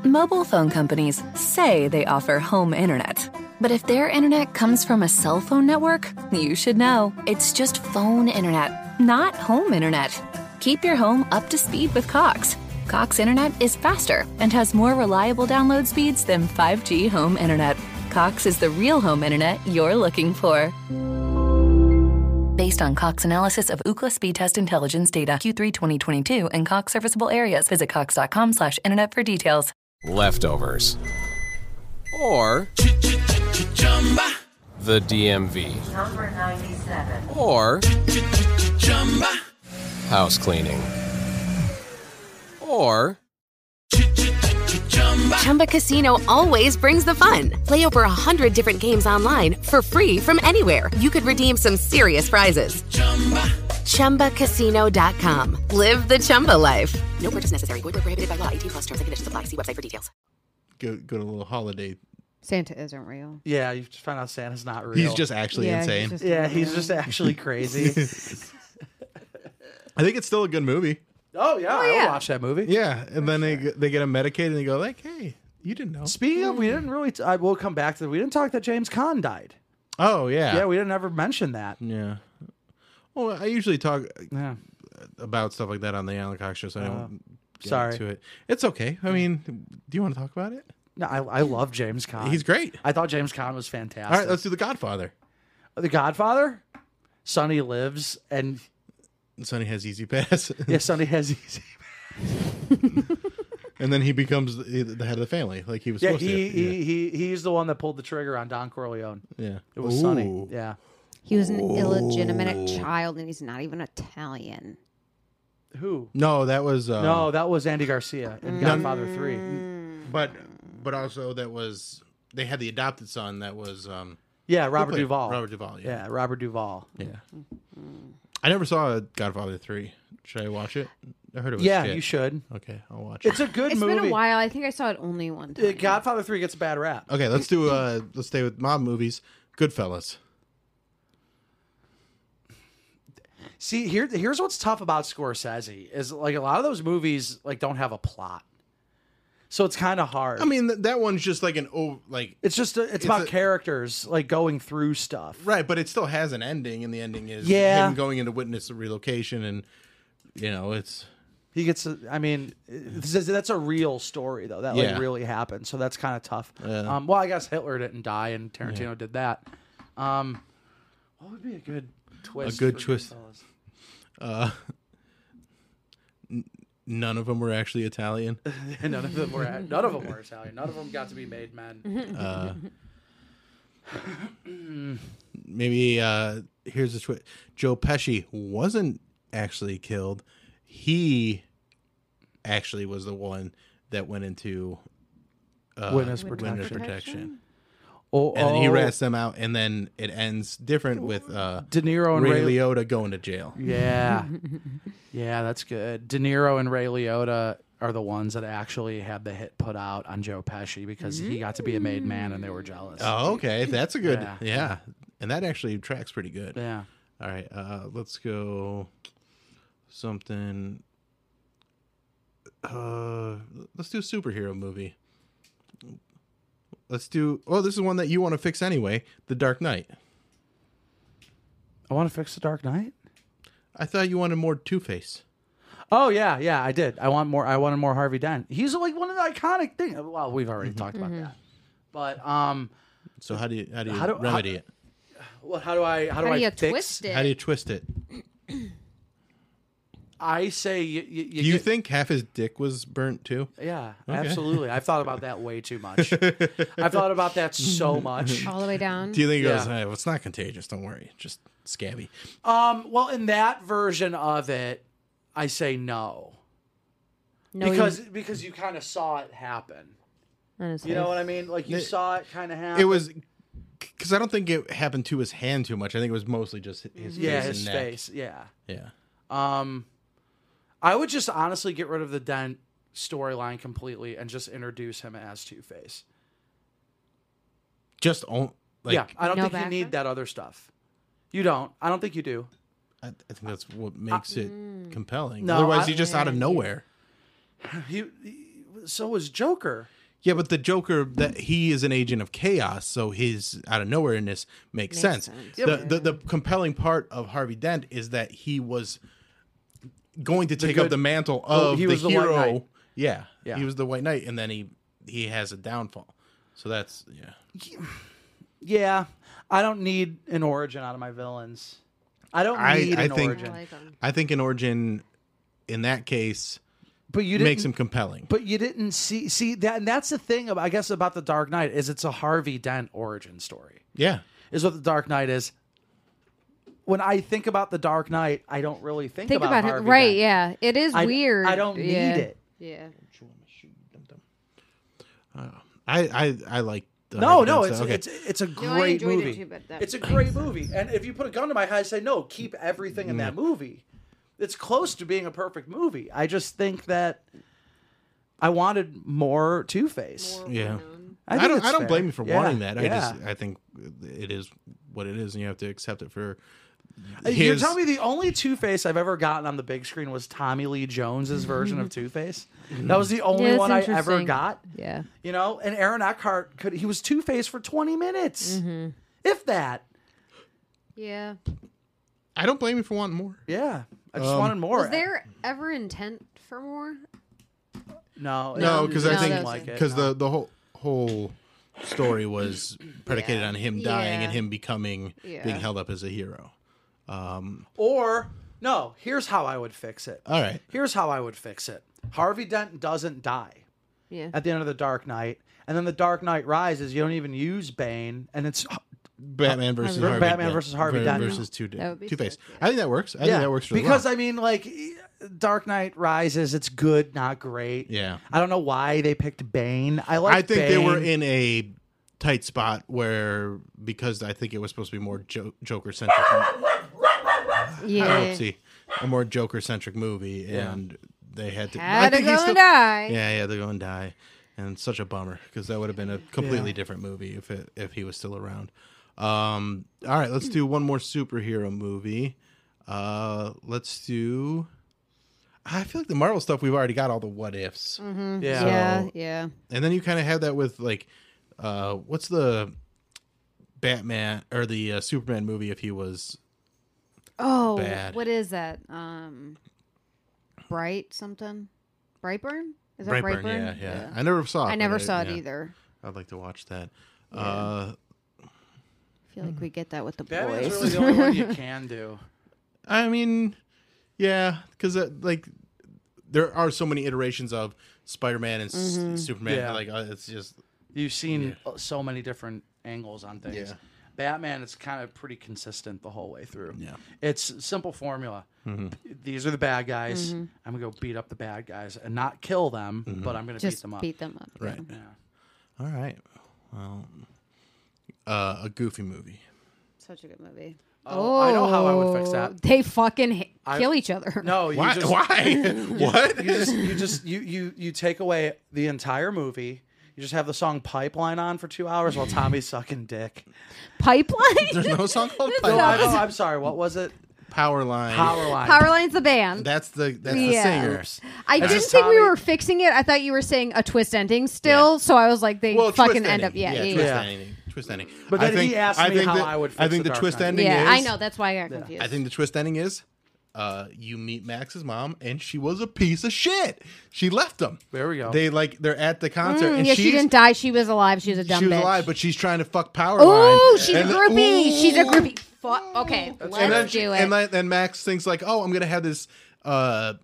Mobile phone companies say they offer home internet. But if their internet comes from a cell phone network, you should know. It's just phone internet, not home internet. Keep your home up to speed with Cox. Cox internet is faster and has more reliable download speeds than 5G home internet. Cox is the real home internet you're looking for. Based on Cox analysis of Ookla speed test intelligence data Q3 2022 and Cox serviceable areas, visit cox.com/internet slash internet for details. Leftovers. Or. The DMV. Number 97. Or. House cleaning. Or. Chumba Casino always brings the fun. Play over 100 different games online for free from anywhere. You could redeem some serious prizes. ChumbaCasino.com. Live the Chumba life. No purchase necessary. Void where prohibited by law. 18 plus terms and conditions apply. See website for details. Go go to a little holiday. Santa isn't real. Yeah, you just find out Santa's not real. He's just actually yeah, insane. He's just yeah, not he's real. just actually crazy. I think it's still a good movie. oh yeah, I yeah. will watch that movie. Yeah, and then they they get him medicated and they go like, "Hey, you didn't know." Speaking of, we didn't really. T- I will come back to. that. We didn't talk that James Caan died. Oh yeah, Mm. Yeah, we didn't ever mention that. Yeah. Well, I usually talk Yeah. about stuff like that on the Alan Cox show, so I don't get sorry. to it. It's okay. I mean, do you want to talk about it? No, I, I love James Caan. He's great. I thought James Caan was fantastic. All right, let's do The Godfather. the Godfather, Sonny lives, and Sonny has Easy Pass, yeah, Sonny has easy. and then he becomes the, the head of the family, like he was Yeah, supposed he, to. he he he's the one that pulled the trigger on Don Corleone. yeah. yeah, It was Ooh. Sonny. Yeah, He was an illegitimate Oh. child, and he's not even Italian. who? No, that was uh, No, that was Andy Garcia Mm. in Godfather Three. but but also that was they had the adopted son that was um Yeah, who Robert played- Duvall. Robert Duvall. Yeah. Yeah, Robert Duvall. yeah, I never saw Godfather three. Should I watch it? I heard it was. Yeah, shit. you should. Okay, I'll watch it. It's a good It's movie. been a while. I think I saw it only one time. Uh, Godfather Three gets a bad rap. Okay, let's do. uh Let's stay with mob movies. Goodfellas. See, here here's what's tough about Scorsese is like a lot of those movies like don't have a plot, so it's kind of hard. I mean, th- that one's just like an oh, like It's just it's, about a- characters like going through stuff. right, but it still has an ending, and the ending is Yeah. him going into witness relocation, and you know, it's He gets. a- I mean, this is- that's a real story though. That like Yeah. really happened. So that's kind of tough. Um, well, I guess Hitler didn't die and Tarantino did that. Um, what would be a good twist? good for twist. Goodfellas? uh, none of them were actually Italian. And none of them were. None of them were Italian. None of them got to be made men. Maybe uh here's the twist: Joe Pesci wasn't actually killed. He actually was the one that went into uh, Witness witness protection. protection. Oh, And then he oh, rats them out, and then it ends different with uh, De Niro and Ray Ray- Liotta going to jail. Yeah. yeah, that's good. De Niro and Ray Liotta are the ones that actually had the hit put out on Joe Pesci because he got to be a made man and they were jealous. Oh, okay, that's a good Yeah. yeah. and that actually tracks pretty good. Yeah. All right, uh, let's go something. Uh, let's do a superhero movie. Let's do. Oh, this is one that you want to fix anyway. The Dark Knight. I want to fix the Dark Knight. I thought you wanted more Two Face. Oh yeah, yeah, I did. I want more. I wanted more Harvey Dent. He's like one of the iconic things. Well, we've already talked about that. But um, So how do you how do you How do- remedy how- it? well, how do I? How do, How I do you fix? twist it? How do you twist it? I say you. you, you Do you get- think half his dick was burnt too? Yeah, absolutely. I've thought about that way too much. I've thought about that so much. all the way down. Do you think he goes? Yeah. "Hey, well, it's not contagious. Don't worry. Just scabby. Um, well, in that version of it, I say no no, because because you kind of saw it happen. You know what I mean? Like you It- saw it kind of happen. it was because I don't think it happened to his hand too much. I think it was mostly just his face yeah, his and neck. face. Yeah. Yeah, Um, I would just honestly get rid of the Dent storyline completely and just introduce him as Two Face. just on, like yeah, I don't No think background? you need that other stuff. You don't. I don't think you do. I, I think that's what makes it compelling. No, Otherwise, I- he's just out of nowhere. He, he- so was Joker. Yeah, but the Joker that he is an agent of chaos, so his out of nowhereness makes, sense. The, the the compelling part of Harvey Dent is that he was going to take good- up the mantle Oh, of he the was the White hero. Knight. yeah, Yeah. he was the White Knight, and then he he has a downfall. So that's yeah. Yeah, I don't need an origin out of my villains. I don't I- need I an think- origin. um, I think an origin in that case but you didn't. makes him compelling. but you didn't see see that, and that's the thing. About, I guess about the Dark Knight is it's a Harvey Dent origin story. yeah. is what the Dark Knight is. When I think about the Dark Knight, I don't really think, think about, it. Harvey Right? Dent. Yeah, it is I- weird. I don't need Yeah. it. Yeah, I I, I like the No, Harvey no, Dent it's stuff. it's it's a I great enjoyed it movie. too, but that- it's a great movie, and if you put a gun to my head, I say no. Keep everything in that Mm. movie. It's close to being a perfect movie. I just think that I wanted more Two Face. yeah. I I, think don't it's I don't fair. blame you for Yeah, wanting that. I just yeah. I think it is what it is, and you have to accept it for. Uh, uh, You're his- telling me the only Two Face I've ever gotten on the big screen was Tommy Lee Jones's version of Two Face. That was the only Yeah, that's one I ever interesting. got. yeah. You know, and Aaron Eckhart could he was two faced for twenty minutes, Mm-hmm. if that. Yeah. I don't blame you for wanting more. Yeah, I Um, just wanted more. Was there ever intent for more? No, No, it because no, I no, think like because the the whole whole story was predicated on him dying Yeah. and him becoming Yeah. being held up as a hero. or no. Here's how I would fix it. All right. Here's how I would fix it. Harvey Dent doesn't die Yeah. at the end of the Dark Knight, and then the Dark Knight Rises. You don't even use Bane, and it's Batman versus Batman Harvey Dent. versus Harvey Batman Dent. versus Two That would be Two Face. sick, yeah. I think that works. I think that works really because well. I mean, like, e, Dark Knight Rises. It's good, not great. Yeah. I don't know why they picked Bane. I like. I think they were in Bane. a tight spot where because I think it was supposed to be more jo- Joker centric. Yeah. see, a more Joker centric movie, and they had to. Had to think he's go and die. Yeah, yeah, they go and die, and it's such a bummer because that would have been a completely different movie if it, if he was still around. Um, all right, let's do one more superhero movie. Uh, let's do. I feel like the Marvel stuff we've already got all the what ifs. Mm-hmm. Yeah. Yeah. Yeah. And then you kind of have that with like, uh, what's the Batman or the uh, Superman movie if he was? Oh, Bad. what is that? Um, bright something, Brightburn. Is that Brightburn, Brightburn? yeah, yeah, I never saw it. I but never saw it yeah, either. I'd like to watch that. Uh, I feel like we get that with the Batman's boys. really the only one you can do. I mean, yeah, because uh, like there are so many iterations of Spider-Man and S- Superman. Mm-hmm. Yeah. Like uh, it's just You've seen so many different angles on things. Batman is kind of pretty consistent the whole way through. Yeah. It's simple formula. These are the bad guys. Mm-hmm. I'm going to go beat up the bad guys and not kill them, but I'm going to beat Just them up. beat them up. Right. All right. Well, uh, a goofy movie. Such a good movie. Oh, Oh, I know how I would fix that. They fucking h- I- kill each other. No, you Why? just Why? what? you just you just you you you take away the entire movie. You just have the song Pipeline on for 2 hours while Tommy's sucking dick. There's Pipeline. no song called No, I Powerline. know, I'm sorry. What was it? Powerline. Powerline. Powerline's the band. That's the that's Yeah. the singer. I That's didn't just think we Tommy- were fixing it. I thought you were saying a twist ending still. Yeah. So I was like, they Well, fucking twist end ending. up. Yeah, yeah. twist yeah. yeah. ending. Twist ending. But I then he asked me how the- I would I fix think The the Dark twist Knight. ending is. I know. That's why I got confused. I think the twist ending is. Uh, you meet Max's mom, and she was a piece of shit. She left them. There we go. They like they're at the concert, Mm, and yeah, she's, she didn't die. She was alive. She was a dumb She was bitch. alive, but she's trying to fuck Powerline. Ooh, she's And a then- groupie. She's Ooh. a groupie. Fuck. Okay, let's and then, do it. And then, then Max thinks like, "Oh, I'm gonna have this uh,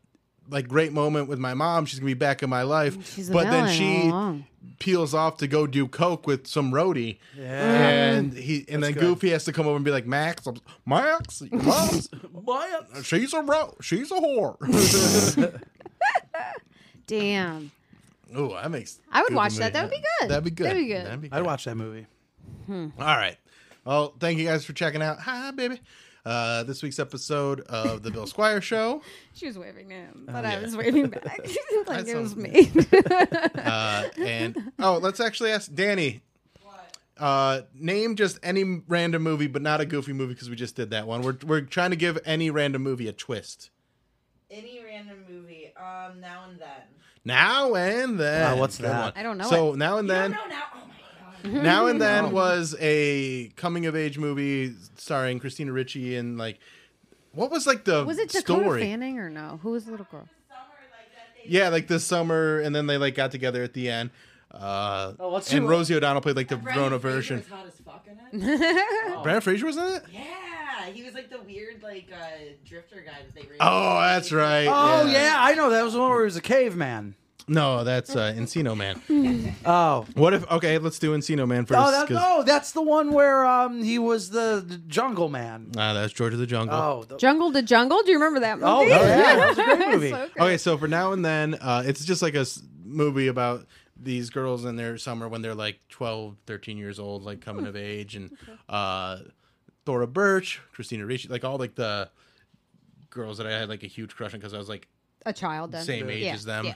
like great moment with my mom. She's gonna be back in my life." She's a but then villain all along. she peels off to go do coke with some roadie, and he and then good. Goofy has to come over and be like, "Max, I'm, Max, your mom's- What? she's a ro- she's a whore." Damn. Ooh, that makes. I would Goofy watch movie. that. That would be good. That'd be good. That'd be good. That'd be I'd watch that movie. All right. Well, thank you guys for checking out. Hi, baby. Uh, this week's episode of the Bill Squire Show. She was waving him, Oh, but I was waving back. like it sounds was me. Uh, and oh, let's actually ask Danny. Uh, name just any random movie, but not a goofy movie because we just did that one. We're we're trying to give any random movie a twist. Any random movie, um, now and then. Now and then. Wow, Uh, what's Good that? one. I don't know So now and then, No, now. Oh my god. now and Mm-hmm. Oh. then was a coming of age movie starring Christina Ricci and like, what was like the was it Dakota story? Fanning or no? Who was the little girl? Yeah, like this summer, and then they like got together at the end. Uh, Oh, let's and do- Rosie O'Donnell played like the grown up Brendan Fraser version. was hot as fuck in it. Brandon Fraser was in it. yeah, he was like the weird like uh, drifter guy that they. raised. Oh, that's right. Oh yeah. I know that was the one where he was a caveman. No, that's uh, Encino Man. Oh, What if? Okay, let's do Encino Man first. oh, that, 'cause- no, that's the one where um he was the the jungle man. Ah, that's George of the Jungle. Oh, the, Jungle to Jungle. Do you remember that oh movie? yeah, that was a great movie. Okay, so for now and then, uh, it's just like a s- movie about these girls in their summer when they're like 12, 13 years old, like coming of age, and uh, Thora Birch, Christina Ricci, like all like the girls that I had like a huge crush on because I was like A child. Then. same age Yeah, as them. yeah.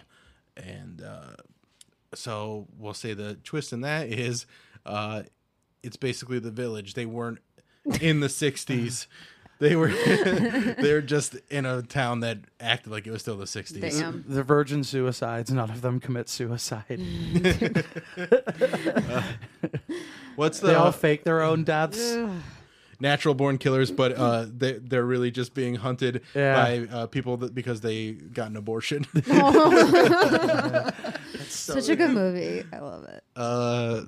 And uh, so we'll say the twist in that is uh, it's basically the village. They weren't in the 60s. They were they're just in a town that acted like it was still the 60s. Damn. The virgin suicides. None of them commit suicide. What's the They all fake their own deaths. natural born killers but uh they they're really just being hunted Yeah. by uh, people that, because they got an abortion. Oh. Such a good movie. I love it. uh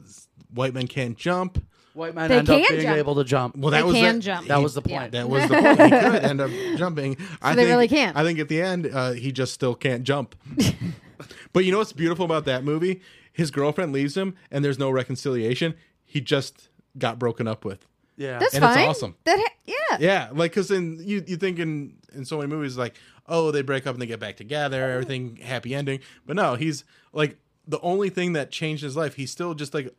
white men can't jump. White men They end up can being jump. able to jump. Well, that They was can the, jump. that was the point. That was the point. He could end up jumping. I they think, really can't. I think at the end, uh, he just still can't jump. but you know what's beautiful about that movie? His girlfriend leaves him, and there's no reconciliation. He just got broken up with. Yeah. That's And it's fine. awesome. That ha- yeah. Yeah, like because in you you think in in so many movies like oh they break up and they get back together, everything happy ending. But no, he's like the only thing that changed his life. He's still just like